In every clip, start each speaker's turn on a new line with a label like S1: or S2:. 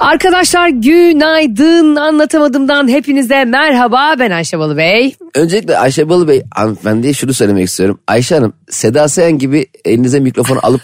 S1: Arkadaşlar günaydın anlatamadımdan hepinize merhaba ben Ayşe Balı Bey.
S2: Öncelikle Ayşe Balı Bey hanımefendiye şunu söylemek istiyorum. Ayşe Hanım Seda Sayan gibi elinize mikrofonu alıp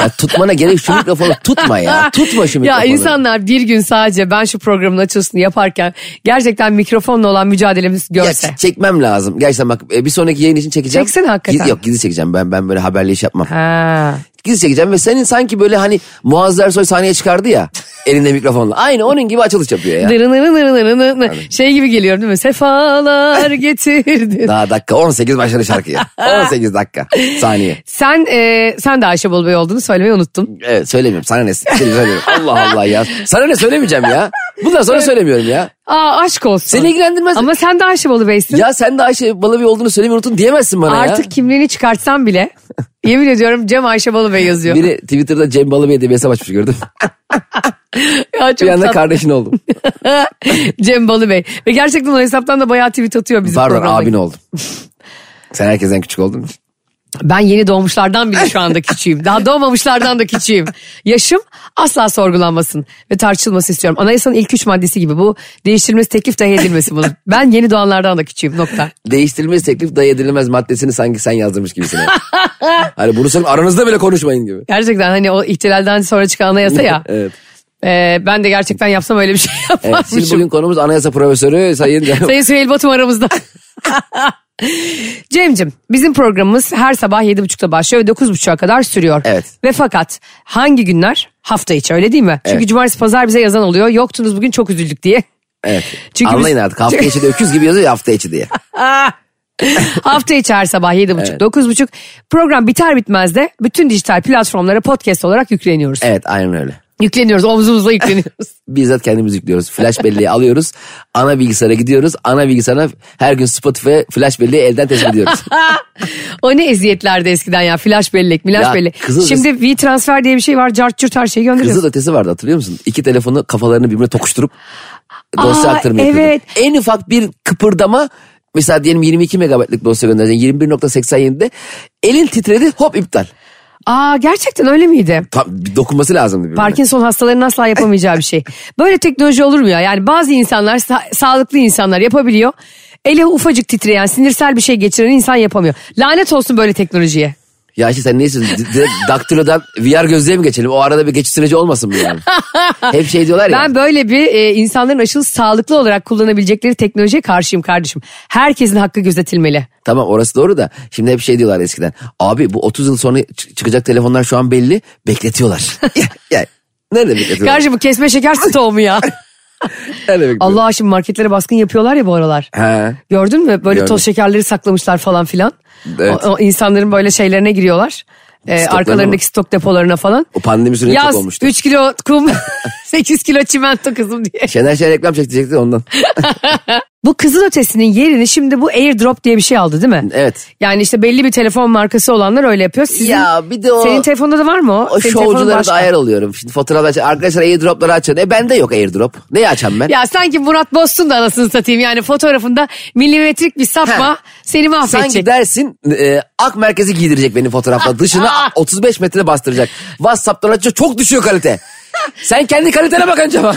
S2: ya tutmana gerek şu mikrofonu tutma ya. Tutma
S1: Ya
S2: şu mikrofonu.
S1: insanlar bir gün sadece ben şu programın açılışını yaparken gerçekten mikrofonla olan mücadelemiz
S2: Ya
S1: görse.
S2: ç- çekmem lazım. Gerçekten bak e, bir sonraki yayın için çekeceğim.
S1: Çeksene hakikaten.
S2: Giz- yok gizli çekeceğim ben ben böyle haberleyiş yapmam.
S1: Ha.
S2: Gizli çekeceğim ve senin sanki böyle hani Muazzez Ersoy sahneye çıkardı ya elinde mikrofonla. Aynı onun gibi açılış yapıyor ya.
S1: Dırınırı nırınırı nı- Şey gibi geliyorum değil mi? Sefalar getirdin.
S2: Daha dakika 18 başladı şarkıya. 18 dakika saniye.
S1: sen e, sen de Ayşe Balı Bey olduğunu söylemeyi unuttum.
S2: Evet söylemiyorum sana ne seni söylemiyorum. Allah Allah ya. Sana ne söylemeyeceğim ya. Bundan sonra söylemiyorum ya.
S1: Aa aşk olsun.
S2: Seni ilgilendirmez.
S1: Ama sen de Ayşe Balı Bey'sin.
S2: Ya sen de Ayşe Balabi olduğunu söylemeyi unuttun diyemezsin bana
S1: Artık kimliğini çıkartsam bile yemin ediyorum Cem Ayşe Balı Bey yazıyor.
S2: ya. Biri Twitter'da Cem Balabi'ye diye bir hesap açmış gördüm.
S1: Ya
S2: bir
S1: çok
S2: anda
S1: tatlı.
S2: kardeşin oldum.
S1: Cem Balı Bey. Ve gerçekten o hesaptan da bayağı tweet atıyor bizim
S2: Pardon
S1: programa.
S2: abin oldum. Sen herkesten küçük oldun mu?
S1: Ben yeni doğmuşlardan bile şu anda küçüğüm. Daha doğmamışlardan da küçüğüm. Yaşım asla sorgulanmasın ve tartışılması istiyorum. Anayasanın ilk üç maddesi gibi bu değiştirilmesi teklif dahi edilmesi bunun. Ben yeni doğanlardan da küçüğüm nokta.
S2: Değiştirilmez teklif dayı edilmez maddesini sanki sen yazdırmış gibisin. hani bunu söyle aranızda bile konuşmayın gibi.
S1: Gerçekten hani o ihtilalden sonra çıkan anayasa ya.
S2: Evet.
S1: e, ben de gerçekten yapsam öyle bir şey
S2: Evet,
S1: yaparmışım.
S2: şimdi bugün konumuz anayasa profesörü Sayın Cem.
S1: Sayın Süheyl Batum aramızda. Cem'cim bizim programımız her sabah 7.30'da başlıyor ve 9.30'a kadar sürüyor.
S2: Evet.
S1: Ve fakat hangi günler? Hafta içi öyle değil mi? Çünkü
S2: Evet.
S1: cumartesi pazar bize yazan oluyor. Yoktunuz bugün çok üzüldük diye.
S2: Evet.
S1: Çünkü biz-
S2: Anlayın artık hafta içi de öküz gibi yazıyor ya, hafta içi diye.
S1: Hafta içi her sabah 7.30 9.30 program biter bitmez de bütün dijital platformlara podcast olarak yükleniyoruz.
S2: Evet aynen öyle.
S1: Yükleniyoruz omzumuzla yükleniyoruz.
S2: bizzat kendimiz yüklüyoruz. Flash belleği alıyoruz. Ana bilgisayara gidiyoruz. Ana bilgisayara her gün Spotify flash belleği elden tespit ediyoruz.
S1: o ne eziyetlerdi eskiden ya flash bellek milaş
S2: Ya
S1: bellek.
S2: kızıl-
S1: Şimdi V-Transfer diye bir şey var cart curt her şeyi gönderiyoruz.
S2: Kızıl ötesi vardı hatırlıyor musun? İki telefonu kafalarını birbirine tokuşturup dosya
S1: Aa,
S2: aktarımı yapıyordu.
S1: evet.
S2: En ufak bir kıpırdama mesela diyelim 22 megabaytlık dosya göndereceksin 21.87'de elin titredi hop iptal.
S1: Aa gerçekten öyle miydi?
S2: Tam bir dokunması lazımdı birbirine.
S1: Parkinson hastalarının asla yapamayacağı bir şey. Böyle teknoloji olur mu ya? Yani bazı insanlar sa- sağlıklı insanlar yapabiliyor. Ele ufacık titreyen, sinirsel bir şey geçiren insan yapamıyor. Lanet olsun böyle teknolojiye.
S2: Ya işte sen ne istiyorsun? Di- Direkt daktilodan VR gözlüğe mi geçelim? O arada bir geçiş süreci olmasın mı yani? Hep şey diyorlar ya.
S1: Ben böyle bir e, insanların aşırı sağlıklı olarak kullanabilecekleri teknolojiye karşıyım kardeşim. Herkesin hakkı gözetilmeli.
S2: Tamam orası doğru da şimdi hep şey diyorlar eskiden. Abi bu 30 yıl sonra çı- çıkacak telefonlar şu an belli bekletiyorlar. ya, ya, nerede bekletiyorlar?
S1: Kardeşim bu kesme şeker stoğu mu ya?
S2: Nerede bekletiyorlar?
S1: Allah aşkına marketlere baskın yapıyorlar ya bu aralar.
S2: Ha.
S1: Gördün mü? Böyle
S2: Gördüm.
S1: toz şekerleri saklamışlar falan filan.
S2: Evet.
S1: O, o insanların böyle şeylerine giriyorlar. Ee,
S2: Stoklarına
S1: arkalarındaki stok depolarına falan.
S2: O pandemi süreci çok
S1: Yaz
S2: olmuştu.
S1: 3 kilo kum 8 kilo çimento kızım diye.
S2: Şener Şen reklam çekecekti ondan.
S1: Bu kızıl ötesinin yerini şimdi bu airdrop diye bir şey aldı değil mi?
S2: Evet.
S1: Yani işte belli bir telefon markası olanlar öyle yapıyor. Sizin,
S2: Ya bir de o-
S1: Senin telefonda da var mı o?
S2: O
S1: Senin telefonun
S2: şovculara da
S1: başka.
S2: ayar oluyorum. Şimdi fotoğraflar aç- Arkadaşlar airdropları açın. E bende yok airdrop. Neyi açam ben?
S1: Ya sanki Murat Bostun da anasını satayım. Yani fotoğrafında milimetrik bir sapma
S2: Ha.
S1: seni mahvedecek.
S2: Sanki dersin e, ak merkezi giydirecek beni fotoğrafla. Dışına
S1: Ah,
S2: 35 metre bastıracak. Whatsapp'tan açınca çok düşüyor kalite. Sen kendi kalitene bak acaba.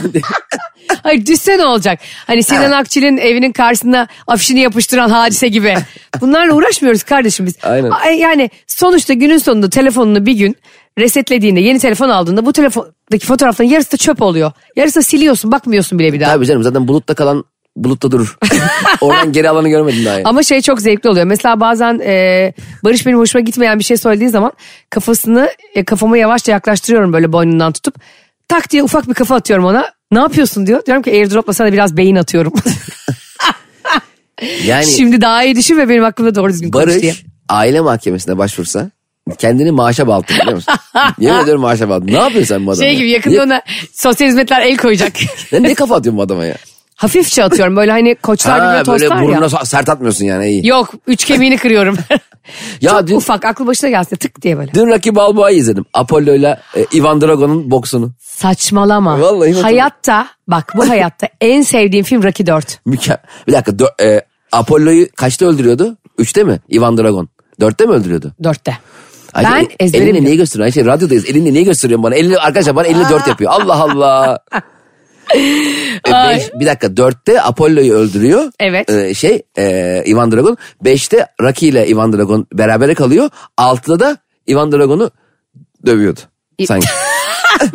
S1: Hayır düşse ne olacak? Hani Sinan Akçil'in evinin karşısına afişini yapıştıran hadise gibi. Bunlarla uğraşmıyoruz kardeşim biz.
S2: Aynen.
S1: A- e, Yani sonuçta günün sonunda telefonunu bir gün resetlediğinde yeni telefon aldığında bu telefondaki fotoğrafların yarısı da çöp oluyor. Yarısı da siliyorsun bakmıyorsun bile bir daha.
S2: Tabii canım zaten bulutta kalan bulutta durur. Oradan geri alanı görmedim daha. Yani.
S1: Ama şey çok zevkli oluyor. Mesela bazen e, Barış benim hoşuma gitmeyen bir şey söylediği zaman kafasını e, kafama yavaşça yaklaştırıyorum böyle boynundan tutup. Tak diye ufak bir kafa atıyorum ona. Ne yapıyorsun diyor. Diyorum ki airdropla sana biraz beyin atıyorum.
S2: Yani
S1: Şimdi daha iyi düşün ve benim aklımda doğru düzgün konuş diye.
S2: Hani Barış aile mahkemesine başvursa kendini maaşa baltı biliyor musun? Yemin ediyorum maaşa baltı. Ne yapıyorsun sen bu adama?
S1: Şey
S2: ya?
S1: gibi yakında
S2: Ne-
S1: ona sosyal hizmetler el koyacak.
S2: Ne, ne kafa atıyorsun bu adama ya?
S1: Hafifçe atıyorum böyle hani koçlar birbirine
S2: Ha, böyle
S1: tostlar
S2: burnuna
S1: ya.
S2: sa- sert atmıyorsun yani iyi.
S1: Yok üç kemiğini kırıyorum.
S2: Ya
S1: Çok
S2: dün-
S1: ufak aklı başına gelsin tık diye böyle.
S2: Dün Rocky Balboa'yı izledim. Apollo ile e, Ivan Drago'nun boksunu.
S1: Saçmalama.
S2: Vallahi hatırlıyorum.
S1: hayatta bak bu hayatta en sevdiğim film Rocky 4.
S2: Mükemmel. Bir dakika. dö- e, Apollo'yu kaçta öldürüyordu? Üçte mi? Ivan Dragon. Dörtte mi öldürüyordu?
S1: 4'te.
S2: Ayşe,
S1: ben
S2: e-
S1: ezberim.
S2: Elinle niye gösteriyorsun? Ayşe radyodayız. Elinle niye gösteriyorsun bana? Elinle, arkadaşlar bana elinle dört yapıyor. Allah Allah. E, beş- bir dakika dörtte Apollo'yu öldürüyor.
S1: Evet.
S2: E, şey e, Ivan Dragon. Beşte Rocky ile Ivan Dragon berabere kalıyor. Altıda da Ivan Dragon'u dövüyordu. Sanki.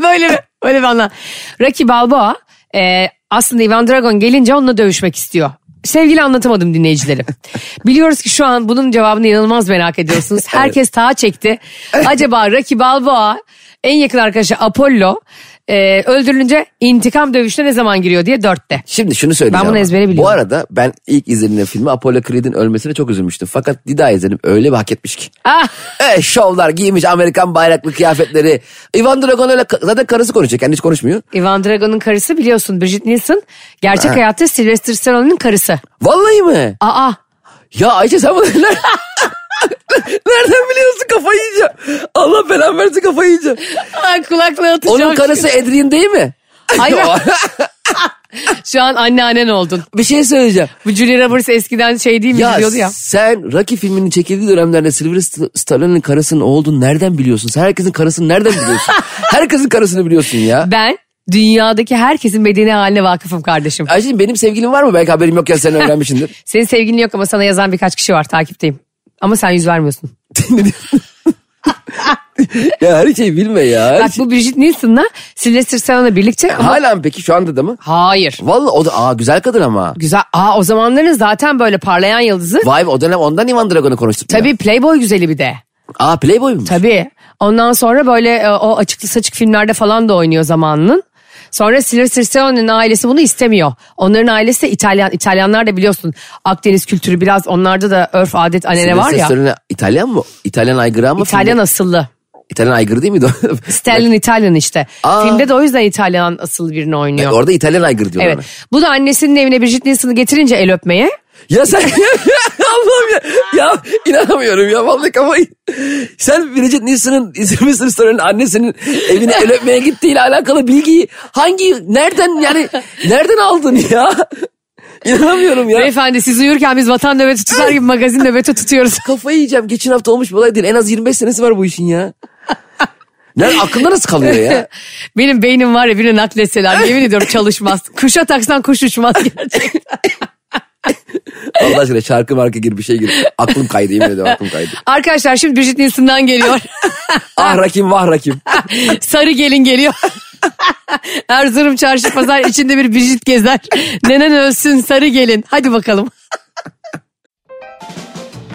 S1: böyle bir, böyle bir anlam. Rocky Balboa e, aslında Ivan Dragon gelince onunla dövüşmek istiyor. Sevgili anlatamadım dinleyicilerim. Biliyoruz ki şu an bunun cevabını inanılmaz merak ediyorsunuz. Herkes tağa çekti. Acaba Rocky Balboa en yakın arkadaşı Apollo e, öldürülünce intikam dövüşüne ne zaman giriyor diye dörtte.
S2: Şimdi şunu söyleyeceğim.
S1: Ben bunu
S2: ama.
S1: ezbere biliyorum.
S2: Bu arada ben ilk izlediğim filmi Apollo Creed'in ölmesine çok üzülmüştüm. Fakat Dida izledim öyle bir hak etmiş ki.
S1: Ah,
S2: E, şovlar giymiş Amerikan bayraklı kıyafetleri. Ivan Dragon öyle ka- zaten karısı konuşuyor kendisi konuşmuyor.
S1: Ivan Dragon'un karısı biliyorsun Bridget Nielsen. Gerçek hayatta Sylvester Stallone'un karısı.
S2: Vallahi mi?
S1: Aa
S2: Ya Ayşe sen bunu nereden, nereden biliyorsun kafayı yiyeceğim. Allah belamı versin kafayı yiyeceğim.
S1: Ay, kulaklığı atacağım.
S2: Onun karısı Adrian değil mi?
S1: Hayır. Şu an anneannen oldun.
S2: bir şey söyleyeceğim.
S1: Bu Julia Roberts eskiden şey değil mi
S2: Ya,
S1: diyordu ya.
S2: sen Rocky filminin çekildiği dönemlerde Sylvester Stallone'ın karısının olduğunu nereden biliyorsun? Sen herkesin karısını nereden biliyorsun? herkesin karısını biliyorsun ya.
S1: Ben dünyadaki herkesin bedeni haline vakıfım kardeşim.
S2: Ayşe'cim benim sevgilim var mı? Belki haberim yok ya sen öğrenmişsindir.
S1: Senin sevgilin yok ama sana yazan birkaç kişi var takipteyim. Ama sen yüz vermiyorsun.
S2: ya her şeyi bilme ya. Her
S1: Bak
S2: şey-
S1: bu Bridget Nielsen'la Sylvester Stallone'la birlikte ama...
S2: Hala mı peki şu anda da mı?
S1: Hayır.
S2: Vallahi o da aa güzel kadın ama.
S1: Güzel. Aa o zamanların zaten böyle parlayan yıldızı.
S2: Vay be o dönem ondan Ivan Dragon'u konuştuk. ya.
S1: Tabii Playboy güzeli bir de.
S2: Aa Playboy mu?
S1: Tabii. Ondan sonra böyle e, o açıklı saçık filmlerde falan da oynuyor zamanının. Sonra Sylvester Stallone'nin ailesi bunu istemiyor. Onların ailesi de İtalyan. İtalyanlar da biliyorsun Akdeniz kültürü biraz onlarda da örf adet anene var ya.
S2: Sylvester Stallone İtalyan mı? İtalyan aygırı mı?
S1: İtalyan asıllı.
S2: İtalyan aygırı değil miydi o?
S1: Sterling İtalyan işte.
S2: Aa.
S1: Filmde de o yüzden İtalyan asıllı birini oynuyor.
S2: Orada İtalyan aygırı diyorlar.
S1: Evet. Bu da annesinin evine Bridget Nielsen'ı getirince el öpmeye.
S2: Ya sen Allah'ım ya. Ya inanamıyorum ya vallahi kafayı. Sen Bridget Nielsen'ın Sylvester Stallone'ın annesinin evine el öpmeye gittiğiyle alakalı bilgiyi hangi nereden yani nereden aldın ya? İnanamıyorum ya.
S1: Beyefendi siz uyurken biz vatan nöbeti tutar gibi magazin nöbeti tutuyoruz.
S2: Kafayı yiyeceğim. Geçen hafta olmuş bir olay değil. En az 25 senesi var bu işin ya. Nerede aklında nasıl kalıyor ya?
S1: Benim beynim var ya birine nakletseler yemin ediyorum çalışmaz. Kuşa taksan kuş uçmaz gerçekten.
S2: Allah aşkına şarkı marka gir bir şey gir. Aklım kaydı yemin ediyorum aklım kaydı.
S1: Arkadaşlar şimdi Bridget Nielsen'dan geliyor.
S2: Ah rakim vah rakim.
S1: Sarı gelin geliyor. Erzurum çarşı pazar içinde bir Bridget gezer. Nenen ölsün sarı gelin. Hadi bakalım.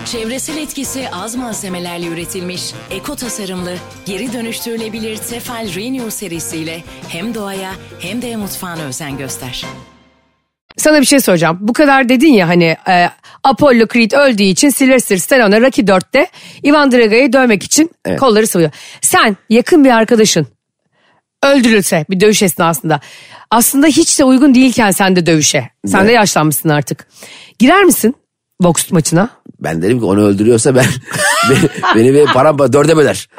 S3: Çevresel etkisi az malzemelerle üretilmiş, eko tasarımlı, geri dönüştürülebilir Tefal Renew serisiyle hem doğaya hem de mutfağına özen göster.
S1: Sana bir şey soracağım. Bu kadar dedin ya hani e, Apollo Creed öldüğü için Sylvester Stallone Rocky 4'te Ivan Drago'yu dövmek için
S2: Evet.
S1: kolları sıvıyor. Sen yakın bir arkadaşın öldürülse bir dövüş esnasında aslında hiç de uygun değilken sen de dövüşe. Sen de
S2: Evet.
S1: yaşlanmışsın artık. Girer misin boks maçına?
S2: Ben derim ki onu öldürüyorsa ben beni, beni bir parampa dörde böler.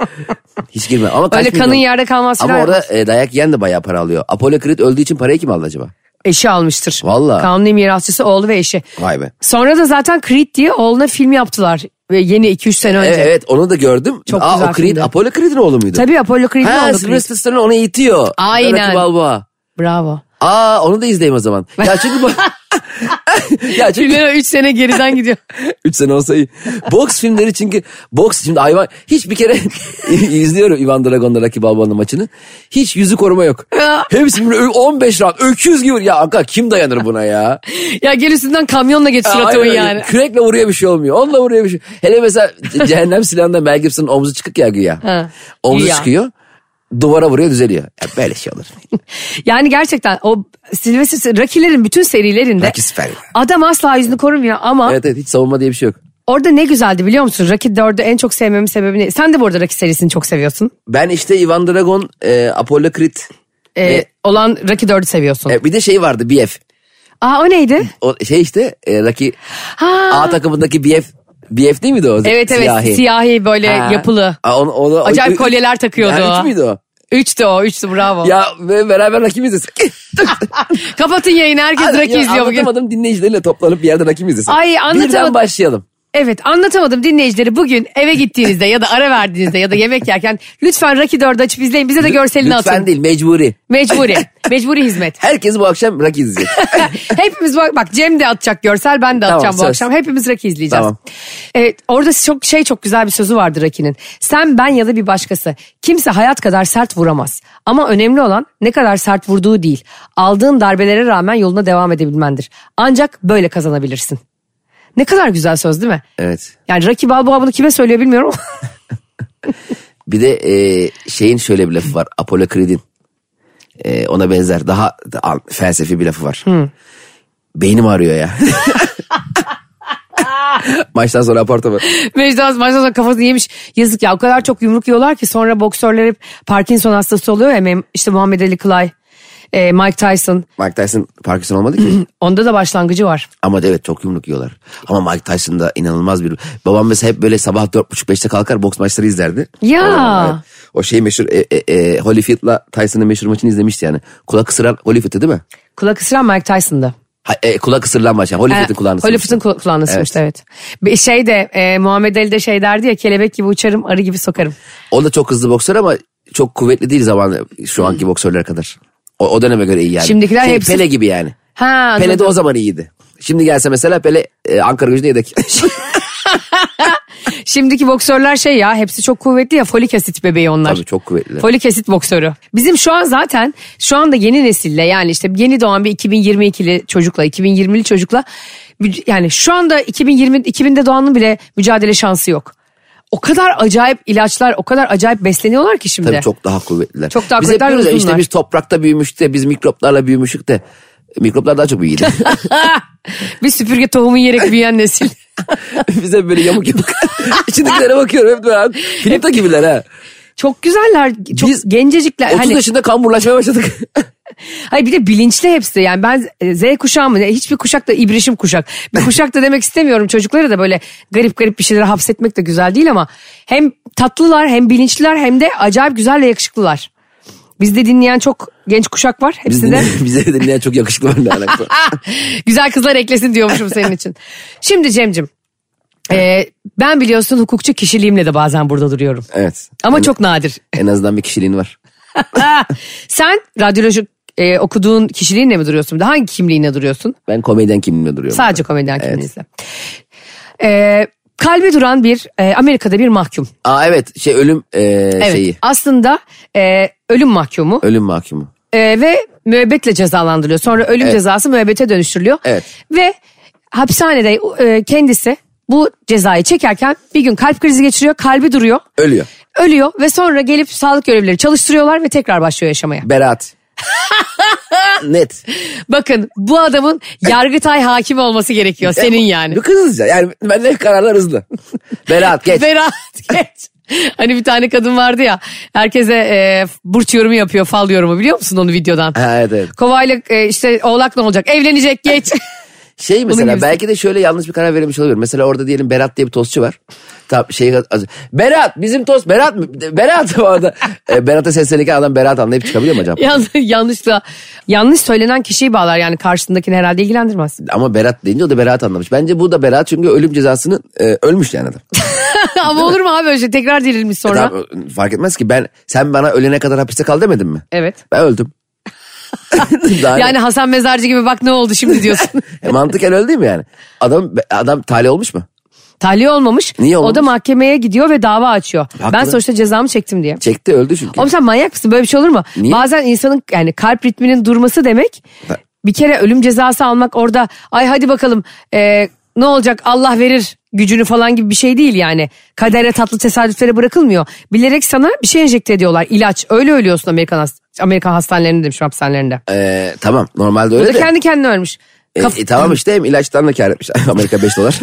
S2: Hiç girme. Ama kaç
S1: Öyle kanın
S2: milyon-
S1: yerde kalmaz
S2: Ama
S1: falan.
S2: orada e, dayak yiyen de bayağı para alıyor. Apollo Creed öldüğü için parayı kim aldı acaba?
S1: Eşi almıştır.
S2: Vallahi.
S1: Kanuni mirasçısı oğlu ve eşi.
S2: Vay be.
S1: Sonra da zaten Creed diye oğluna film yaptılar. Ve yeni 2-3 sene önce.
S2: Evet, E, evet onu da gördüm.
S1: Çok
S2: Aa,
S1: güzel
S2: o Creed
S1: filmdi.
S2: Apollo Creed'in oğlu muydu?
S1: Tabii Apollo Creed'in
S2: Ha
S1: oğlu Creed.
S2: Sylvester Stallone onu itiyor.
S1: Aynen.
S2: Rocky Balboa.
S1: Bravo.
S2: Aa onu da izleyeyim o zaman. Ya çünkü bu... ya çünkü
S1: Filmler 3 sene geriden gidiyor.
S2: 3 sene olsa iyi. Boks filmleri çünkü boks şimdi hayvan hiç bir kere izliyorum Ivan Dragon'la Rocky Balboa'nın maçını. Hiç yüzü koruma yok. Hepsi böyle ö- 15 round öküz gibi. Ya aga kim dayanır buna ya?
S1: ya gel üstünden kamyonla geç suratımı
S2: Aynen öyle.
S1: yani.
S2: Kürekle vuruyor bir şey olmuyor. Onunla vuruyor bir şey. Hele mesela Ce- Cehennem silahında Mel Gibson'ın omzu çıkık ya güya.
S1: Ha,
S2: Omzu
S1: güya.
S2: çıkıyor. Duvara vuruyor düzeliyor. Ya böyle şey olur.
S1: Yani gerçekten o Sylvester Rocky'lerin bütün serilerinde
S2: Rocky süper.
S1: adam asla yüzünü korumuyor ama
S2: Evet evet hiç savunma diye bir şey yok.
S1: orada ne güzeldi biliyor musun? Rocky 4'ü en çok sevmemin sebebi ne? Sen de bu arada Rocky serisini çok seviyorsun.
S2: Ben işte Ivan Dragon, e, Apollo Creed.
S1: Ee,
S2: Ve-
S1: Olan Rocky 4'ü seviyorsun.
S2: E, bir de şey vardı BF.
S1: Aa o neydi?
S2: O şey işte e, Rocky
S1: Ha.
S2: A takımındaki BF BF değil miydi o?
S1: Evet evet siyahi, böyle
S2: Ha.
S1: yapılı.
S2: Aa, onu- onu-
S1: Acayip
S2: o-
S1: kolyeler takıyordu
S2: Ha,
S1: o.
S2: üç müydü o?
S1: Üçtü o üçtü bravo.
S2: e, Ya ve beraber rakim izlesin.
S1: Kapatın yayını herkes
S2: Ya,
S1: Rocky izliyor bugün.
S2: Anlatamadım dinleyicilerle toplanıp bir yerde rakim izlesin.
S1: Ay, anlatamadım.
S2: Birden başlayalım.
S1: Evet anlatamadım dinleyicileri bugün eve gittiğinizde ya da ara verdiğinizde ya da yemek yerken lütfen Rocky 4'ü açıp izleyin bize de görselini
S2: Lütfen
S1: atın.
S2: değil mecburi.
S1: Mecburi. Mecburi hizmet.
S2: Herkes bu akşam Rocky izleyecek.
S1: Hepimiz bak, bak Cem de atacak görsel ben de
S2: Tamam,
S1: atacağım bu
S2: söz.
S1: akşam. Hepimiz Rocky izleyeceğiz.
S2: Tamam.
S1: Evet, orada çok şey çok güzel bir sözü vardı Raki'nin. Sen ben ya da bir başkası. Kimse hayat kadar sert vuramaz. Ama önemli olan ne kadar sert vurduğu değil. Aldığın darbelere rağmen yoluna devam edebilmendir. Ancak böyle kazanabilirsin. Ne kadar güzel söz değil mi?
S2: evet.
S1: Yani Rocky Balboa bunu kime söylüyor bilmiyorum.
S2: Bir de e, şeyin şöyle bir lafı var. Apollo Creed'in. E, ona benzer daha da- al- felsefi bir lafı var. Beynim ağrıyor ya. Maçtan sonra apartman.
S1: Mecdan maçtan sonra kafasını yemiş. Yazık ya o kadar çok yumruk yiyorlar ki sonra boksörler hep Parkinson hastası oluyor ya. Mem- işte Muhammed Ali Clay, e, Mike Tyson.
S2: Mike Tyson Parkinson olmadı ki.
S1: Onda da başlangıcı var.
S2: Ama evet çok yumruk yiyorlar. Ama Mike Tyson da inanılmaz bir... Babam mesela hep böyle sabah 4.30-5'te kalkar boks maçları izlerdi.
S1: Ya.
S2: O, zaman, evet. o şey meşhur e, e, e, Holyfield'la Tyson'ın meşhur maçını izlemişti yani. Kulak ısıran Holyfield'ı değil mi?
S1: Kulak ısıran Mike Tyson'da.
S2: Ha, e, kulak ısırılan maç yani Holyfield'ın
S1: Ee,
S2: kulağını
S1: Holyfield'ın
S2: ısırmıştı.
S1: kula- kulağına sıkmıştı evet. Bir Şey de e, Muhammed Ali de şey derdi ya kelebek gibi uçarım arı gibi sokarım.
S2: O da çok hızlı boksör ama çok kuvvetli değil zaman şu anki boksörlere kadar. O, o döneme göre iyi yani.
S1: Şimdikiler
S2: şey,
S1: hepsi-
S2: Pele gibi yani.
S1: Ha,
S2: Pele de
S1: anladım.
S2: o zaman iyiydi. Şimdi gelse mesela Pele e, Ankara gücüne yedek.
S1: Şimdiki boksörler şey ya hepsi çok kuvvetli ya folik asit bebeği onlar.
S2: Tabii çok kuvvetli.
S1: Folik asit boksörü. Bizim şu an zaten şu anda yeni nesille yani işte yeni doğan bir 2022'li çocukla 2020'li çocukla bir- yani şu anda 2020 2000'de doğanın bile mücadele şansı yok. O kadar acayip ilaçlar, o kadar acayip besleniyorlar ki şimdi.
S2: Tabii çok daha kuvvetliler.
S1: Çok daha
S2: biz
S1: kuvvetliler,
S2: hep diyoruz ya,
S1: uzunlar.
S2: işte biz toprakta büyümüştük de biz mikroplarla büyümüştük de mikroplar daha çok büyüdü.
S1: Bir süpürge tohumu yiyerek büyüyen nesil.
S2: Bize böyle yamuk yamuk. İçindekilere bakıyorum hep ben. Filipta gibiler ha.
S1: Çok güzeller, çok
S2: Biz
S1: gencecikler.
S2: 30
S1: Hani,
S2: yaşında kamburlaşmaya başladık.
S1: hayır bir de bilinçli hepsi. Yani ben e, Z kuşağı mı? ne? Hiçbir kuşak da ibrişim kuşak. Bir kuşak da demek istemiyorum. Çocukları da böyle garip garip bir şeylere hapsetmek de güzel değil ama hem tatlılar hem bilinçliler hem de acayip güzel ve yakışıklılar. Bizde dinleyen çok genç kuşak var.
S2: Biz
S1: Hepsinde
S2: dinle- bize dinleyen çok yakışıklı var ne alakası var.
S1: güzel kızlar eklesin diyormuşum senin için. Şimdi Cem'cim. e, ben biliyorsun hukukçu kişiliğimle de bazen burada duruyorum.
S2: Evet.
S1: Ama çok nadir.
S2: En azından bir kişiliğin var.
S1: Ha, Sen radyoloji e, okuduğun kişiliğinle mi duruyorsun? Daha hangi kimliğinle duruyorsun?
S2: Ben komedyen kimliğine duruyorum.
S1: Sadece komedyen kimliğinizle. E, kalbi duran bir e, Amerika'da bir mahkum.
S2: Aa evet şey ölüm e,
S1: Evet.
S2: şeyi.
S1: Aslında e, ölüm mahkumu
S2: Ölüm mahkumu.
S1: e, ve müebbetle cezalandırılıyor. Sonra ölüm cezası müebbete dönüştürülüyor.
S2: Evet.
S1: Ve hapishanede e, kendisi bu cezayı çekerken bir gün kalp krizi geçiriyor, kalbi duruyor.
S2: Ölüyor.
S1: Ölüyor ve sonra gelip sağlık görevlileri çalıştırıyorlar ve tekrar başlıyor yaşamaya.
S2: Berat. Net.
S1: Bakın bu adamın yargıtay hakim olması gerekiyor senin yani.
S2: E, Bir kız hızlıca. Yani bende kararlar hızlı. Berat geç.
S1: Berat geç. Hani bir tane kadın vardı ya herkese e, burç yorumu yapıyor fal yorumu biliyor musun onu videodan?
S2: Ha, evet, evet.
S1: Kovayla e, işte oğlak ne olacak evlenecek geç.
S2: Şey mesela
S1: gibisi.
S2: belki de şöyle yanlış bir karar verilmiş olabilir. Mesela orada diyelim Berat diye bir tostçu var. Tam şey az- Berat bizim tost Berat mı? Berat orada. E, Berat'a seslenirken adam Berat anlayıp çıkabiliyor mu acaba?
S1: Yan- yanlışla yanlış söylenen kişiyi bağlar yani karşısındakini herhalde ilgilendirmez.
S2: Ama Berat deyince o da Berat anlamış. Bence bu da Berat çünkü ölüm cezasını e, ölmüş yani adam.
S1: Ama olur mu abi öyle şey? tekrar dirilmiş sonra.
S2: Tamam, fark etmez ki ben sen bana ölene kadar hapiste kal demedin mi?
S1: Evet.
S2: Ben öldüm. Daha
S1: Yani Hasan Mezarcı gibi bak ne oldu şimdi diyorsun.
S2: ne? E, mantıken öldüm yani. Adam adam talih olmuş mu?
S1: Tahliye olmamış.
S2: Niye
S1: O da
S2: olmamış?
S1: mahkemeye gidiyor ve dava açıyor.
S2: Haklı.
S1: Ben sonuçta cezamı çektim diye.
S2: Çekti öldü çünkü.
S1: Oğlum sen manyak mısın? Böyle bir şey olur mu?
S2: Niye?
S1: Bazen insanın yani kalp ritminin durması demek bir kere ölüm cezası almak orada ay hadi bakalım e, ne olacak Allah verir gücünü falan gibi bir şey değil yani. Kadere tatlı tesadüflere bırakılmıyor. Bilerek sana bir şey enjekte ediyorlar. ilaç Öyle ölüyorsun Amerikan, hast- Amerikan hastanelerinde demişim hapishanelerinde.
S2: E, tamam normalde
S1: Bu
S2: öyle
S1: da
S2: de.
S1: kendi kendine ölmüş.
S2: E,
S1: Kaf-
S2: e, tamam işte hem ilaçtan da kar etmiş. Amerika 5 dolar.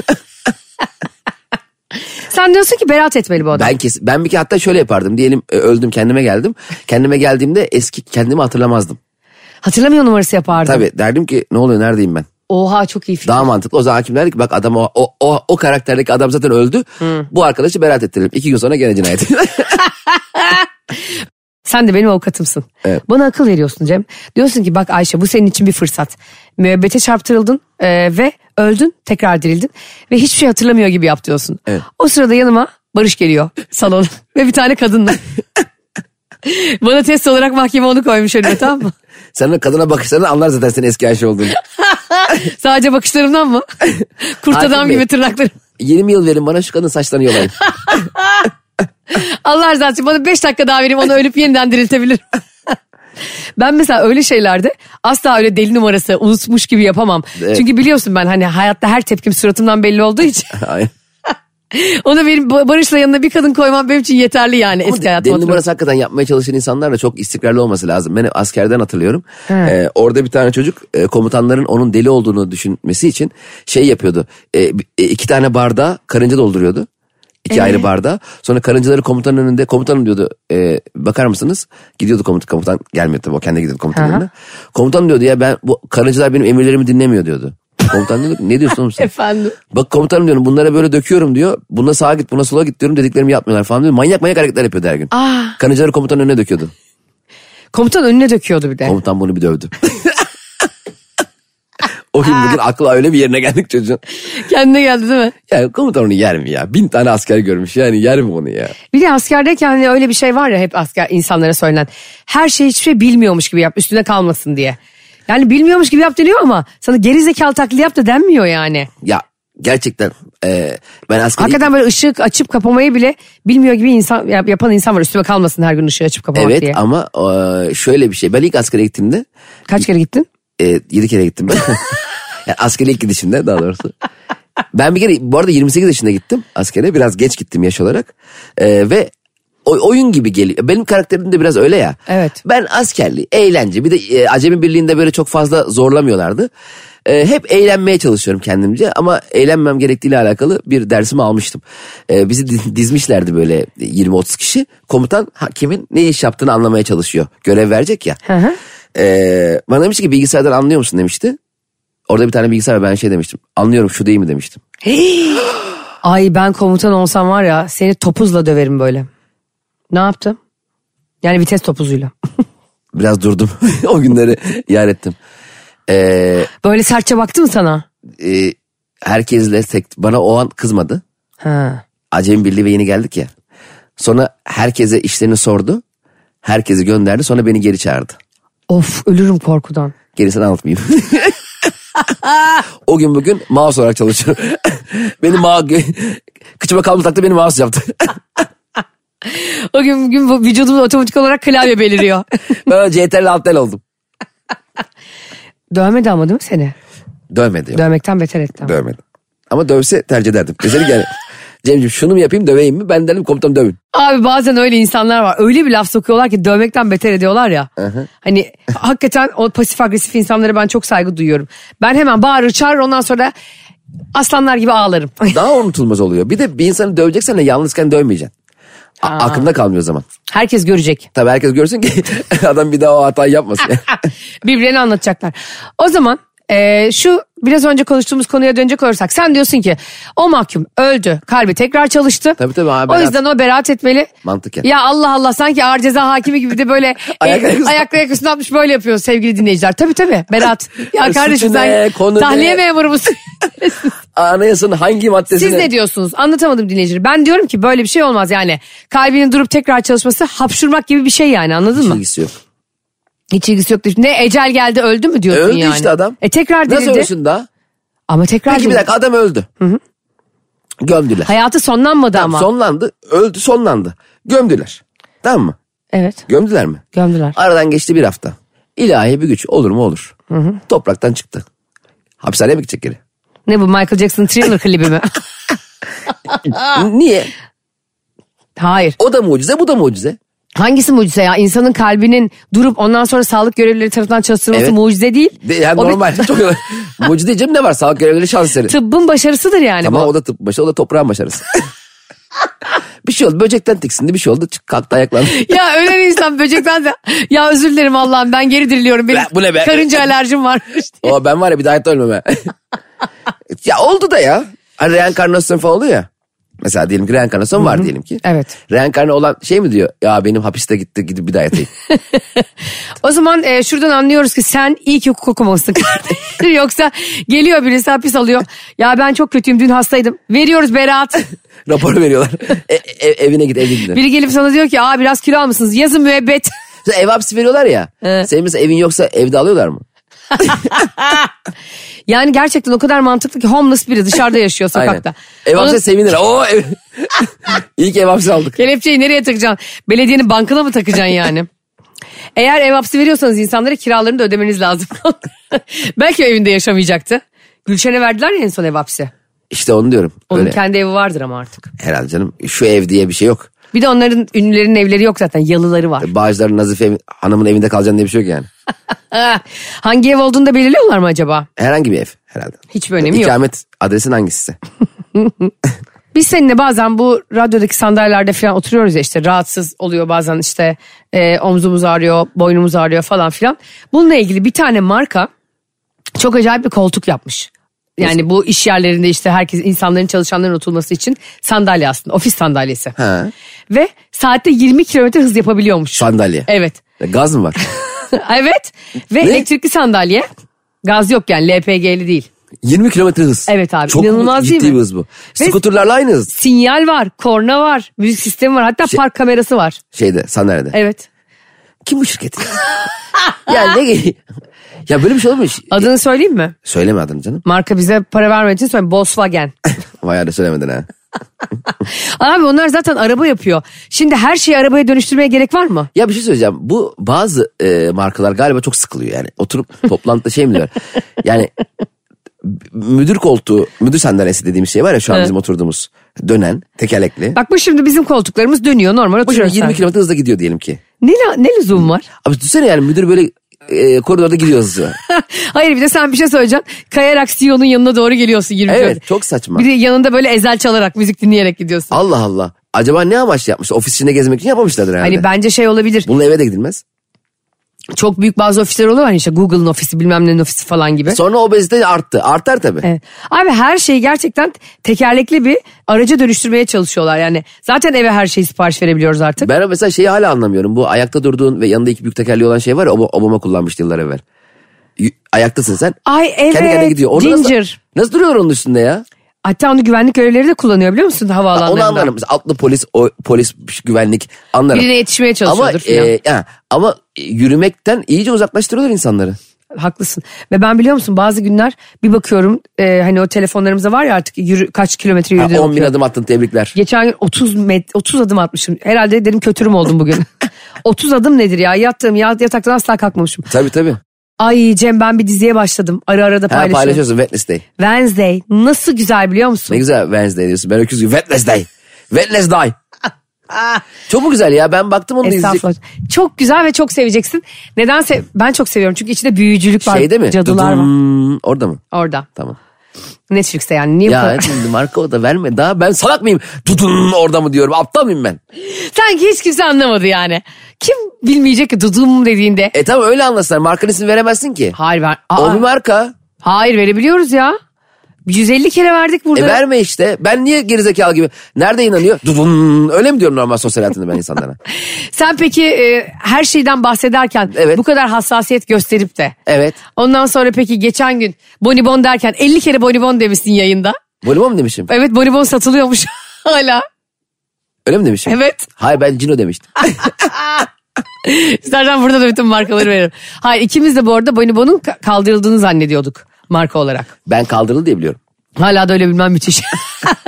S1: Sen diyorsun ki beraat etmeli bu adam.
S2: ben kes, ben bir kere hatta şöyle yapardım. Diyelim e, öldüm kendime geldim. Kendime geldiğimde eski kendimi hatırlamazdım.
S1: Hatırlamıyor numarası yapardım.
S2: Tabii derdim ki ne oluyor neredeyim ben?
S1: Oha çok iyi fikir.
S2: Daha mantıklı. O zaman hakim derdi ki bak adam o, o, o, o karakterdeki adam zaten öldü. Bu arkadaşı beraat ettirelim. İki gün sonra gene cinayet.
S1: Sen de benim avukatımsın. Bana akıl veriyorsun Cem. Diyorsun ki bak Ayşe bu senin için bir fırsat. Müebbete çarptırıldın e, ve öldün tekrar dirildin. Ve hiçbir şey hatırlamıyor gibi yap diyorsun.
S2: Evet.
S1: O sırada yanıma Barış geliyor salona ve bir tane kadınla. Bana test olarak mahkeme onu koymuş önüme tamam mı?
S2: Senin kadına bakışlarını anlar zaten senin eski Ayşe olduğunu.
S1: Sadece bakışlarımdan mı? Kurt
S2: Hakim
S1: adam
S2: Bey.
S1: gibi tırnaklarım.
S2: 20 yıl verin bana şu kadın saçlarını yolayın.
S1: Allah razı olsun bana 5 dakika daha vereyim onu ölüp yeniden diriltebilirim. ben mesela öyle şeylerde asla öyle deli numarası unutmuş gibi yapamam.
S2: Evet.
S1: Çünkü biliyorsun ben hani hayatta her tepkim suratımdan belli olduğu için.
S2: Hayır.
S1: Onu benim Ba- Barış'la yanına bir kadın koymam benim için yeterli yani
S2: Ama
S1: eski
S2: de-
S1: hayatıma
S2: Deli
S1: hatırlıyorum.
S2: numarası hakikaten yapmaya çalışan insanlar da çok istikrarlı olması lazım. Ben askerden hatırlıyorum. Ee, orada bir tane çocuk e, komutanların onun deli olduğunu düşünmesi için şey yapıyordu. E, bi- e, iki tane bardağı karınca dolduruyordu. İki
S1: Ee?
S2: ayrı bardağı. Sonra karıncaları komutanın önünde komutanım diyordu e, bakar mısınız? Gidiyordu komutan, komutan gelmiyordu tabii o kendi gidiyordu komutanın yanına. Komutan diyordu ya ben bu karıncalar benim emirlerimi dinlemiyor diyordu. Komutan diyordu ki, ne diyorsun oğlum sen?
S1: Efendim.
S2: Bak komutanım diyorum bunlara böyle döküyorum diyor. Buna sağa git buna sola git diyorum dediklerimi yapmıyorlar falan diyor. Manyak manyak hareketler yapıyordu her gün.
S1: Ah.
S2: Kanıcıları komutanın önüne döküyordu.
S1: Komutan önüne döküyordu bir de.
S2: Komutan bunu bir dövdü. o gün
S1: Ah.
S2: bugün aklı öyle bir yerine geldik çocuğun.
S1: Kendine geldi değil mi?
S2: Ya komutan onu yer mi ya? Bin tane asker görmüş yani yer mi onu ya?
S1: Bir de askerdeyken hani öyle bir şey var ya hep asker insanlara söylenen. Her şeyi hiçbir şey bilmiyormuş gibi yap üstüne kalmasın diye. Yani bilmiyormuş gibi yap deniyor ama sana geri zekalı taklidi yap da denmiyor yani.
S2: Ya gerçekten e, ben asker...
S1: Hakikaten böyle ışık açıp kapamayı bile bilmiyor gibi insan yap- yapan insan var. Üstüme kalmasın her gün ışığı açıp kapamak
S2: Evet
S1: diye.
S2: ama e, şöyle bir şey. Ben ilk askere gittiğimde
S1: Kaç kere gittin?
S2: e, 7 kere gittim ben. yani askere ilk gidişimde daha doğrusu. Ben bir kere bu arada 28 yaşında gittim askere. Biraz geç gittim yaş olarak. E, ve o- oyun gibi geliyor. Benim karakterim de biraz öyle ya.
S1: Evet.
S2: Ben askerliği, eğlence. Bir de e, Acemi Birliği'nde böyle çok fazla zorlamıyorlardı. E, hep eğlenmeye çalışıyorum kendimce ama eğlenmem gerektiğiyle alakalı bir dersimi almıştım. E, bizi di- dizmişlerdi böyle 20-30 kişi. Komutan ha, kimin ne iş yaptığını anlamaya çalışıyor. Görev verecek ya.
S1: Hı hı.
S2: Ee, bana demişti ki bilgisayardan anlıyor musun demişti. Orada bir tane bilgisayar var ben şey demiştim. Anlıyorum şu değil mi demiştim.
S1: Ay ben komutan olsam var ya seni topuzla döverim böyle. Ne yaptım? Yani vites topuzuyla.
S2: Biraz durdum. o günleri yar ettim. Ee,
S1: Böyle sertçe baktı mı sana?
S2: e, herkesle tek, bana o an kızmadı.
S1: Ha.
S2: Acemi Birliği ve yeni geldik ya. Sonra herkese işlerini sordu. Herkesi gönderdi sonra beni geri çağırdı.
S1: Of ölürüm korkudan.
S2: Gerisini anlatmayayım. o gün bugün mouse olarak çalışıyorum. beni mouse... Kıçıma kalmış taktı beni mouse yaptı.
S1: O gün, gün bu vücudumda otomatik olarak klavye beliriyor.
S2: ben CTRL alt del oldum.
S1: Dövmedi ama değil mi seni?
S2: Dövmedi. yok.
S1: Dövmekten beter etti ama.
S2: Dövmedi. Ama dövse tercih ederdim. Mesela yani Cemciğim şunu mu yapayım döveyim mi? Ben derim komutanım dövün.
S1: Abi bazen öyle insanlar var. Öyle bir laf sokuyorlar ki dövmekten beter ediyorlar ya. Hani hakikaten o pasif agresif insanlara ben çok saygı duyuyorum. Ben hemen bağırır çağırır ondan sonra aslanlar gibi ağlarım.
S2: Daha unutulmaz oluyor. Bir de bir insanı döveceksen de yalnızken dövmeyeceksin. A- aklında kalmıyor o zaman.
S1: Herkes görecek.
S2: Tabii herkes görsün ki adam bir daha o hatayı yapmasın.
S1: Birbirlerini anlatacaklar. O zaman eee, şu biraz önce konuştuğumuz konuya dönecek olursak sen diyorsun ki o mahkum öldü kalbi tekrar çalıştı.
S2: Tabii tabii, ha,
S1: o
S2: beraat-
S1: yüzden o beraat etmeli.
S2: Mantıken.
S1: Ya Allah Allah sanki ağır ceza hakimi gibi de böyle
S2: Ayak
S1: el-
S2: ayak üstüne-
S1: ayak ayak üstüne atmış böyle yapıyor sevgili dinleyiciler. Tabii tabii beraat. Ya
S2: Suçu
S1: kardeşim
S2: ne,
S1: sen
S2: konu
S1: tahliye
S2: ne?
S1: memuru musun?
S2: Anayasanın hangi maddesine...
S1: Siz ne diyorsunuz? Anlatamadım dinleyicileri. Ben diyorum ki böyle bir şey olmaz yani. Kalbinin durup tekrar çalışması hapşurmak gibi bir şey yani anladın mı?
S2: İlgisi yok.
S1: Hiç ilgisi yok. Ne ecel geldi öldü mü diyorsun
S2: Öldü
S1: yani.
S2: işte adam.
S1: E tekrar dirildi.
S2: Nasıl ölsün daha?
S1: Ama tekrar
S2: Peki bir
S1: dirildi.
S2: dakika adam öldü. Gömdüler.
S1: Hayatı sonlanmadı ama.
S2: Tamam, sonlandı. Öldü sonlandı. Gömdüler. Tamam mı?
S1: Evet
S2: Gömdüler mi?
S1: gömdüler.
S2: Aradan geçti bir hafta. İlahi bir güç olur mu olur. Topraktan çıktı. Hapishaneye mi gidecek geri?
S1: Ne bu Michael Jackson Thriller klibi mi?
S2: Niye?
S1: Hayır.
S2: O da mucize bu da mucize.
S1: Hangisi mucize ya? İnsanın kalbinin durup ondan sonra sağlık görevlileri tarafından çalıştırılması
S2: Evet.
S1: mucize değil.
S2: De, yani
S1: O bir
S2: normal. Çok, mucize diyeceğim ne var? Sağlık görevlileri şans eseri.
S1: tıbbın başarısıdır yani
S2: Tamam
S1: bu.
S2: o da tıp başı o da toprağın başarısı. bir şey oldu. Böcekten tiksindi bir şey oldu. Çık kalktı ayaklandı.
S1: Ya ölen insan böcekten de ya özür dilerim Allah'ım ben geri diriliyorum. Benim
S2: Ya bu ne be?
S1: karınca alerjim var.
S2: O ben var ya bir daha hayatta ölmem ha. ya oldu da ya. Hani reenkarnasyon falan oluyor ya. Mesela diyelim ki reenkarnasyon var diyelim ki.
S1: Evet.
S2: Reenkarne olan şey mi diyor? Ya benim hapiste gitti gidip bir daha yatayım.
S1: O zaman e, şuradan anlıyoruz ki sen iyi ki hukuk okumamışsın kardeşim. Yoksa geliyor birisi hapis alıyor. Ya ben çok kötüyüm dün hastaydım. Veriyoruz beraat.
S2: Raporu veriyorlar. E- e- evine git evine git.
S1: Biri gelip sana diyor ki aa biraz kilo almışsınız yazın müebbet.
S2: Mesela Ev hapsi veriyorlar ya.
S1: Evet.
S2: Senin mesela evin yoksa evde alıyorlar mı?
S1: Yani gerçekten o kadar mantıklı ki homeless biri dışarıda yaşıyor sokakta.
S2: Ev
S1: Onun-
S2: hapsi sevinir. Oo ev... İyi ki ev hapsi aldık.
S1: Kelepçeyi nereye takacaksın? Belediyenin bankına mı takacaksın yani? Eğer ev hapsi veriyorsanız insanlara kiralarını da ödemeniz lazım. Belki o evinde yaşamayacaktı. Gülşen'e verdiler ya en son ev hapsi.
S2: İşte onu diyorum.
S1: Onun
S2: Öyle.
S1: kendi evi vardır ama artık.
S2: Herhalde canım. Şu ev diye bir şey yok.
S1: Bir de onların ünlülerin evleri yok zaten yalıları var.
S2: Bağcılar'ın Nazife evi- Hanım'ın evinde kalacaksın diye bir şey yok yani.
S1: Ah, Hangi ev olduğunu da belirliyorlar mı acaba?
S2: Herhangi bir ev herhalde.
S1: Hiçbir önemi yok.
S2: İkamet adresin hangisi?
S1: Biz seninle bazen bu radyodaki sandalyelerde falan oturuyoruz ya işte rahatsız oluyor bazen işte e, omzumuz ağrıyor, boynumuz ağrıyor falan filan. Bununla ilgili bir tane marka çok acayip bir koltuk yapmış. Yani bu iş yerlerinde işte herkes insanların çalışanların oturması için sandalye aslında ofis sandalyesi.
S2: Ha.
S1: Ve saatte 20 kilometre hız yapabiliyormuş.
S2: Sandalye.
S1: Evet.
S2: Ya Gaz mı var?
S1: evet ve
S2: Ne?
S1: elektrikli sandalye. Gaz yok yani LPG'li değil.
S2: 20 kilometre hız.
S1: Evet abi,
S2: Çok
S1: inanılmaz
S2: ciddi
S1: değil mi?
S2: bir hız bu.
S1: Ve-
S2: Skuterlarla aynı hız
S1: Sinyal var, korna var, müzik sistemi var hatta park kamerası var.
S2: şeyde sandalyede.
S1: Evet.
S2: Kim bu şirket? ya ne ge- Ya böyle bir şey olmuş.
S1: Adını söyleyeyim mi?
S2: Söyleme adını canım.
S1: Marka bize para vermediği için söyleyeyim. Volkswagen.
S2: Vay arada söylemedin ha.
S1: Abi onlar zaten araba yapıyor. Şimdi her şeyi arabaya dönüştürmeye gerek var mı?
S2: Ya bir şey söyleyeceğim. Bu bazı e, markalar galiba çok sıkılıyor yani. Oturup toplantıda şey mi diyor? Yani b- müdür koltuğu, müdür sandalyesi dediğim şey var ya şu an
S1: Evet.
S2: bizim oturduğumuz dönen tekerlekli.
S1: Bak bu şimdi bizim koltuklarımız dönüyor normal
S2: bu şimdi
S1: oturuyoruz.
S2: 20 kilometre hızla gidiyor diyelim ki.
S1: Ne, la- ne lüzum var?
S2: Abi düşünsene yani müdür böyle e, koridorda gidiyor hızlı.
S1: Hayır bir de sen bir şey söyleyeceksin. Kayarak CEO'nun yanına doğru geliyorsun 20
S2: evet
S1: kilometre.
S2: çok saçma.
S1: Bir de yanında böyle ezel çalarak müzik dinleyerek gidiyorsun.
S2: Allah Allah. Acaba ne amaçla yapmış? Ofis içinde gezmek için yapamışlardır herhalde.
S1: Hani bence şey olabilir.
S2: Bununla eve de gidilmez.
S1: Çok büyük bazı ofisler oluyor hani işte Google'ın ofisi bilmem nenin ofisi falan gibi.
S2: Sonra obezite arttı. Artar tabii.
S1: Evet. Abi her şeyi gerçekten tekerlekli bir araca dönüştürmeye çalışıyorlar. Yani zaten eve her şeyi sipariş verebiliyoruz artık.
S2: Ben mesela şeyi hala anlamıyorum. Bu ayakta durduğun ve yanında iki büyük tekerleği olan şey var ya Ob- Obama kullanmıştı yıllar evvel. Y- Ayaktasın sen.
S1: Ay evet.
S2: Kendi kendine gidiyor. Orada nasıl-
S1: Ginger.
S2: Nasıl, duruyor onun üstünde ya?
S1: Hatta onu güvenlik görevlileri de kullanıyor biliyor musun
S2: Ha,
S1: havaalanlarında.
S2: Onu anlarım. Mesela Atlı polis, o, polis güvenlik anlarım.
S1: Birine yetişmeye
S2: ama,
S1: çalışıyordur filan.
S2: e, ha, ama yürümekten iyice uzaklaştırıyorlar insanları.
S1: Haklısın. Ve ben biliyor musun bazı günler bir bakıyorum e, hani o telefonlarımızda var ya artık yürü, kaç kilometre
S2: Ha,
S1: yürüdüğünü
S2: 10 bin
S1: bakıyorum.
S2: adım attın tebrikler.
S1: Geçen gün 30, met, 30 adım atmışım. Herhalde dedim kötürüm oldum bugün. 30 adım nedir ya? Yattığım ya- yataktan asla kalkmamışım.
S2: Tabii tabii.
S1: Ay Cem ben bir diziye başladım. Ara ara da
S2: Ha,
S1: paylaşıyorum.
S2: paylaşıyorsun Wednesday.
S1: Wednesday nasıl güzel biliyor musun?
S2: Ne güzel Wednesday diyorsun. Ben öküz gibi Wednesday. Wednesday. Çok mu güzel ya? Ben baktım onu da izleyecek.
S1: Ah, Estağfurullah. Çok güzel ve çok seveceksin. Nedense ben çok seviyorum çünkü içinde büyücülük var.
S2: Şeyde mi?
S1: Cadılar var
S2: Dudum. Orada mı?
S1: orada.
S2: Tamam.
S1: Netflix'te yani. Niye bu
S2: Ya
S1: kadar-
S2: şimdi marka o da verme. Daha ben salak mıyım? Dudum orada mı diyorum. Aptal mıyım ben?
S1: Sanki hiç kimse anlamadı yani. Kim bilmeyecek ki dudum dediğinde.
S2: E tamam öyle anlasınlar. Markanın ismini veremezsin ki.
S1: Hayır ver.
S2: O
S1: Aa,
S2: bir marka.
S1: hayır verebiliyoruz ya. 150 kere verdik
S2: E
S1: burada.
S2: verme işte. Ben niye gerizekalı gibi? Nerede inanıyor? Dudum. Öyle mi diyorum normal sosyal hayatında ben insanlara?
S1: Sen peki e, her şeyden bahsederken
S2: Evet.
S1: bu kadar hassasiyet gösterip de.
S2: Evet.
S1: Ondan sonra peki geçen gün bonibon derken 50 kere bonibon demişsin yayında.
S2: Bonibon mu demişim?
S1: Evet bonibon satılıyormuş hala.
S2: Öyle mi demişim?
S1: Evet.
S2: Hayır ben Cino demiştim.
S1: İstersen burada da bütün markaları veririm. Hayır ikimiz de bu arada bonibonun ka- kaldırıldığını zannediyorduk marka olarak.
S2: Ben kaldırıldı diye biliyorum.
S1: Hala da öyle bilmem müthiş.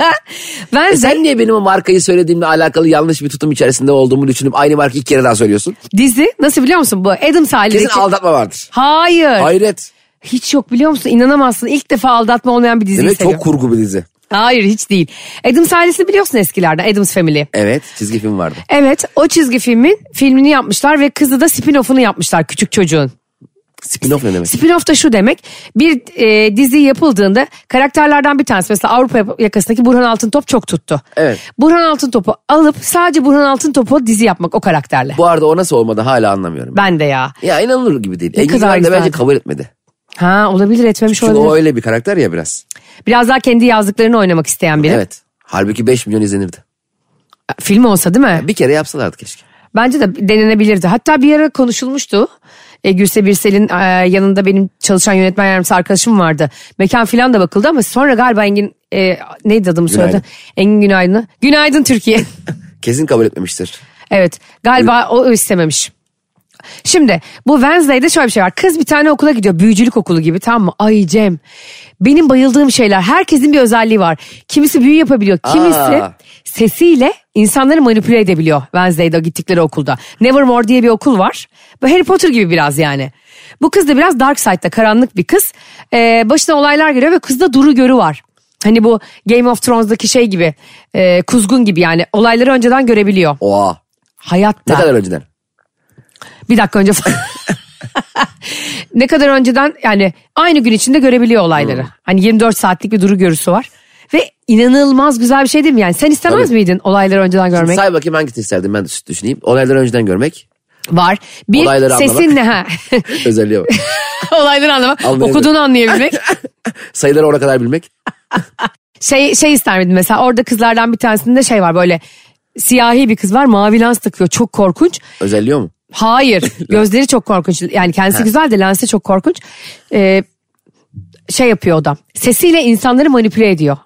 S1: ben
S2: E sen niye benim o markayı söylediğimle alakalı yanlış bir tutum içerisinde olduğumu düşünüp aynı markayı iki kere daha söylüyorsun?
S1: dizi nasıl biliyor musun bu? Adam sahilindeki...
S2: Kesin aldatma vardır.
S1: Hayır.
S2: Hayret.
S1: Hiç yok biliyor musun? İnanamazsın. İlk defa aldatma olmayan bir diziyi
S2: Demek
S1: seviyorum.
S2: çok kurgu bir dizi.
S1: Hayır hiç değil. Adams ailesini biliyorsun eskilerden. Adams Family.
S2: Evet çizgi film vardı.
S1: Evet o çizgi filmin filmini yapmışlar ve kızı da spin-off'unu yapmışlar küçük çocuğun.
S2: Spin-off ne demek?
S1: Spin-off da şu demek. Bir e, dizi yapıldığında karakterlerden bir tanesi mesela Avrupa yakasındaki Burhan Altıntop çok tuttu.
S2: Evet.
S1: Burhan Altıntop'u alıp sadece Burhan Altıntop'u dizi yapmak o karakterle.
S2: Bu arada o nasıl olmadı hala anlamıyorum.
S1: Ben de ya.
S2: Ya inanılır gibi değil. Engin
S1: kadar
S2: Han da bence
S1: güzeldi.
S2: kabul etmedi.
S1: Ha olabilir etmemiş
S2: Çünkü
S1: olabilir.
S2: o öyle bir karakter ya biraz.
S1: Biraz daha kendi yazdıklarını oynamak isteyen biri.
S2: Evet. Halbuki 5 milyon izlenirdi.
S1: Film olsa değil mi?
S2: Bir kere yapsalardı keşke.
S1: Bence de denenebilirdi. Hatta bir ara konuşulmuştu. E, Gülse Birsel'in e, yanında benim çalışan yönetmen yardımcısı arkadaşım vardı. Mekan filan da bakıldı ama sonra galiba Engin e, neydi adımı söyledi?
S2: Günaydın.
S1: Engin Günaydın'ı. Günaydın Türkiye.
S2: Kesin kabul etmemiştir.
S1: Evet galiba o istememiş. Şimdi bu Wednesday'de şöyle bir şey var. Kız bir tane okula gidiyor. Büyücülük okulu gibi tamam mı? Ay Cem. Benim bayıldığım şeyler. Herkesin bir özelliği var. Kimisi büyü yapabiliyor. Kimisi
S2: Aa.
S1: sesiyle insanları manipüle edebiliyor. Wednesday'de o gittikleri okulda. Nevermore diye bir okul var. Böyle Harry Potter gibi biraz yani. Bu kız da biraz dark side'da karanlık bir kız. Ee, başına olaylar geliyor ve kızda duru görü var. Hani bu Game of Thrones'daki şey gibi. e, kuzgun gibi yani. Olayları önceden görebiliyor.
S2: Oha. Ne
S1: Hayatta.
S2: kadar önceden?
S1: Bir dakika önce falan. ne kadar önceden yani aynı gün içinde görebiliyor olayları.
S2: Hmm.
S1: Hani 24 saatlik bir duru görüsü var. Ve inanılmaz güzel bir şey değil mi yani? Sen istemez
S2: Tabii.
S1: miydin olayları önceden görmek?
S2: Say bakayım hangisini isterdin ben de düşüneyim. Olayları önceden görmek.
S1: var. Bir
S2: Olayları
S1: sesin ne ha?
S2: Özelliği var.
S1: olayları anlamak.
S2: Anlayabilmek.
S1: Okuduğunu anlayabilmek.
S2: Sayıları ona kadar bilmek.
S1: şey şey ister miydin mesela orada kızlardan bir tanesinde şey var böyle siyahi bir kız var mavi lens takıyor çok korkunç.
S2: Özelliği o mu?
S1: Hayır. Gözleri çok korkunç. Yani kendisi güzel de lensi çok korkunç. Ee, şey yapıyor o da. Sesiyle insanları manipüle ediyor.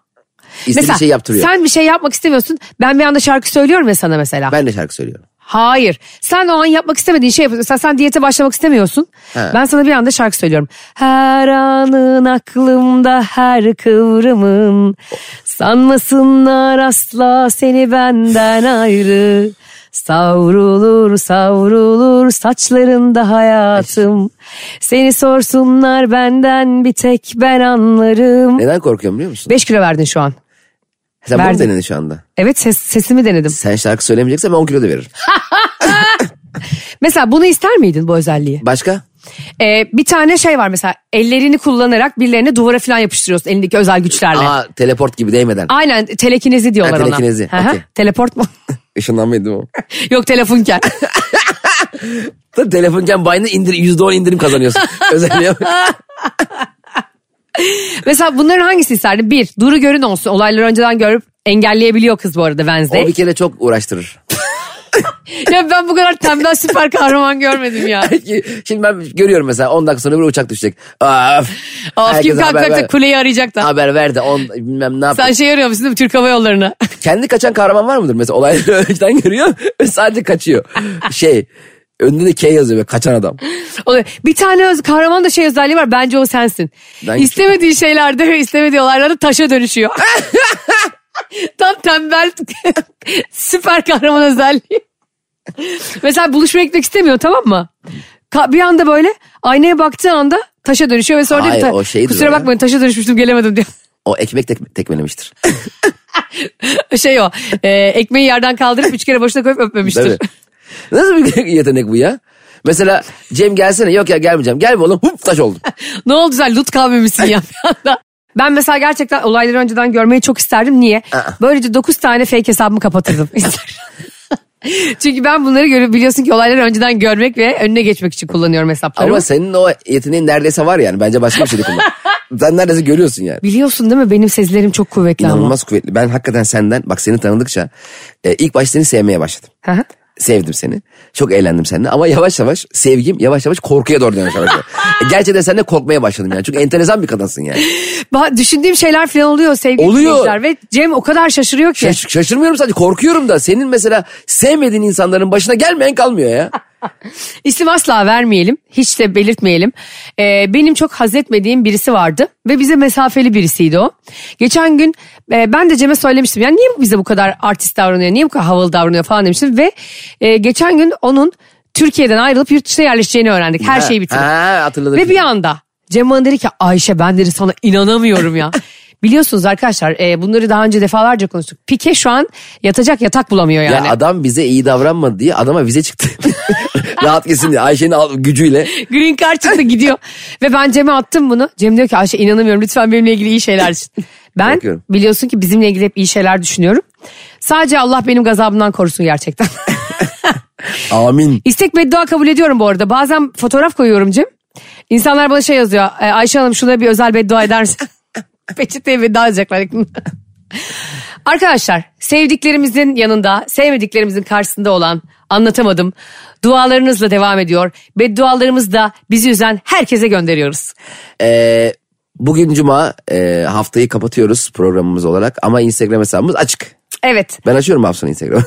S2: İstediği şey yaptırıyor.
S1: sen bir şey yapmak istemiyorsun. Ben bir anda şarkı söylüyorum ya sana mesela.
S2: Ben de şarkı söylüyorum.
S1: Hayır. Sen o an yapmak istemediğin şey yapıyorsun. Mesela sen diyete başlamak istemiyorsun.
S2: He.
S1: Ben sana bir anda şarkı söylüyorum. Her anın aklımda her kıvrımın. Sanmasınlar asla seni benden ayrı. Savrulur savrulur saçlarında hayatım. Seni sorsunlar benden bir tek ben anlarım.
S2: Neden korkuyorum biliyor musun?
S1: 5 kilo verdin şu an.
S2: Sen bunu
S1: verdim.
S2: denedin şu anda.
S1: Evet ses, sesimi denedim.
S2: Sen şarkı söylemeyeceksen ben 10 kilo da veririm.
S1: Mesela bunu ister miydin bu özelliği?
S2: Başka?
S1: Ee, bir tane şey var mesela ellerini kullanarak birilerine duvara falan yapıştırıyorsun elindeki özel güçlerle.
S2: Aa teleport gibi değmeden.
S1: Aynen telekinezi diyorlar ona.
S2: Ha, telekinezi,
S1: Hı hı.
S2: okey.
S1: Teleport mu?
S2: Işınlanmaydı o.
S1: Yok telefonken.
S2: Da telefonken bayını indir, %10 indirim kazanıyorsun. Özelliği o.
S1: mesela bunların hangisi isterdin? Bir, duru görün olsun. Olayları önceden görüp engelleyebiliyor kız bu arada Wednesday.
S2: O bir kere çok uğraştırır.
S1: ya ben bu kadar tembel süper kahraman görmedim ya.
S2: Şimdi ben görüyorum mesela 10 dakika sonra bir uçak düşecek. Of.
S1: Of
S2: Herkes
S1: kim kalkacak
S2: haber
S1: da
S2: ver-
S1: kuleyi arayacak da.
S2: Haber ver de on, bilmem ne yapıyor.
S1: Sen şey arıyor musun değil mi? Türk Hava Yolları'na.
S2: Kendi kaçan kahraman var mıdır? Mesela olayları önceden görüyor ve sadece kaçıyor. şey önünde de K yazıyor böyle kaçan adam.
S1: Oluyor. bir tane öz, kahraman da şey özelliği var. Bence o sensin.
S2: Ben-
S1: istemediği şeylerde ve istemediği olaylarda taşa dönüşüyor. Tam tembel süper kahraman özelliği. Mesela buluşmaya gitmek istemiyor tamam mı? Ka- bir anda böyle aynaya baktığı anda taşa dönüşüyor ve sonra diyor ki,
S2: Hayır,
S1: "Ta-
S2: o şeydir o
S1: kusura
S2: ya."
S1: bakmayın taşa dönüşmüştüm gelemedim diyor.
S2: O ekmek tek, tekmelemiştir.
S1: Şey o e, ekmeği yerden kaldırıp üç kere başına koyup öpmemiştir.
S2: Tabii. Nasıl bir yetenek bu ya? Mesela Cem gelsene yok ya gelmeyeceğim. Gelme oğlum hup taş oldum.
S1: Ne oldu sen lut kavmemişsin ya bir anda. Ben mesela gerçekten olayları önceden görmeyi çok isterdim. Niye? Böylece 9 tane fake hesabımı kapatırdım. Çünkü ben bunları görüp biliyorsun ki olayları önceden görmek ve önüne geçmek için kullanıyorum hesaplarımı.
S2: Ama senin o yeteneğin neredeyse var yani. Bence başka bir şey de kullan. Sen neredeyse görüyorsun yani.
S1: Biliyorsun değil mi benim sezilerim çok kuvvetli ama.
S2: İnanılmaz kuvvetli. Ben hakikaten senden bak seni tanıdıkça e, ilk başta seni sevmeye başladım.
S1: Hı hı.
S2: Sevdim seni. Çok eğlendim seninle ama yavaş yavaş sevgim yavaş yavaş korkuya doğru dönüyor. yavaş yavaş. E, Gerçekten seninle korkmaya başladım yani. Çünkü enteresan bir kadınsın yani.
S1: Ba- Düşündüğüm şeyler falan oluyor sevgili
S2: Oluyor.
S1: dinleyiciler ve Cem o kadar şaşırıyor ki.
S2: Şaş- şaşırmıyorum sadece korkuyorum da senin mesela sevmediğin insanların başına gelmeyen kalmıyor ya.
S1: İsim asla vermeyelim. Hiç de belirtmeyelim. Ee, benim çok haz etmediğim birisi vardı. Ve bize mesafeli birisiydi o. Geçen gün e, ben de Cem'e söylemiştim. Yani niye bu bize bu kadar artist davranıyor? Niye bu kadar havalı davranıyor falan demiştim. Ve e, geçen gün onun Türkiye'den ayrılıp yurt dışına yerleşeceğini öğrendik. Her şeyi bitirip.
S2: Ha, hatırladım.
S1: Ve bir anda Cem bana dedi ki Ayşe ben dedi sana inanamıyorum ya. Biliyorsunuz arkadaşlar e, bunları daha önce defalarca konuştuk. Pike şu an yatacak yatak bulamıyor yani.
S2: Ya adam bize iyi davranmadı diye adama vize çıktı. Rahat gitsin diye Ayşe'nin al- gücüyle.
S1: Green card çıktı gidiyor. Ve ben Cem'e attım bunu. Cem diyor ki Ayşe inanamıyorum lütfen benimle ilgili iyi şeyler düşün. Ben
S2: Bakıyorum.
S1: biliyorsun ki bizimle ilgili hep iyi şeyler düşünüyorum. Sadece Allah benim gazabımdan korusun gerçekten.
S2: Amin.
S1: İstek beddua kabul ediyorum bu arada. Bazen fotoğraf koyuyorum Cem. İnsanlar bana şey yazıyor. "E, Ayşe Hanım şuna bir özel beddua eder misin? Peçeteye beddua edecekler. Arkadaşlar sevdiklerimizin yanında sevmediklerimizin karşısında olan anlatamadım. Dualarınızla devam ediyor. Beddualarımız da bizi üzen herkese gönderiyoruz.
S2: Ee, bugün cuma e, haftayı kapatıyoruz programımız olarak ama Instagram hesabımız açık.
S1: Evet
S2: Ben açıyorum haftanın Instagram'ı.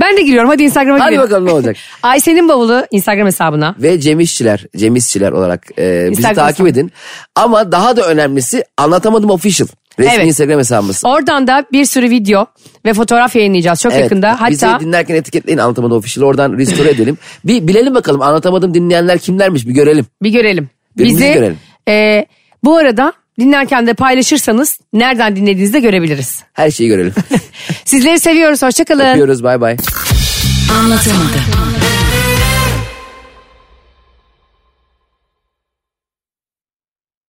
S1: ben de giriyorum hadi Instagram'a
S2: Hadi
S1: girelim.
S2: bakalım ne olacak.
S1: Ayşe'nin bavulu Instagram hesabına.
S2: Ve Cem İşçiler, Cem İşçiler olarak e, bizi
S1: Instagram
S2: takip
S1: hesabı.
S2: edin. Ama daha da önemlisi anlatamadım official. Resmi
S1: Evet.
S2: Instagram hesabımız.
S1: Oradan da bir sürü video ve fotoğraf yayınlayacağız çok
S2: Evet,
S1: yakında.
S2: Bizi
S1: Hatta
S2: dinlerken etiketleyin anlatamadım official'ı oradan restore edelim. Bir bilelim bakalım anlatamadım dinleyenler kimlermiş bir görelim.
S1: Bir görelim.
S2: Birbirimizi
S1: Bizi
S2: görelim.
S1: e, bu arada dinlerken de paylaşırsanız nereden dinlediğinizi de görebiliriz.
S2: Her şeyi görelim.
S1: Sizleri seviyoruz. Hoşçakalın.
S2: Öpüyoruz bay bay.
S3: Anlatamadım.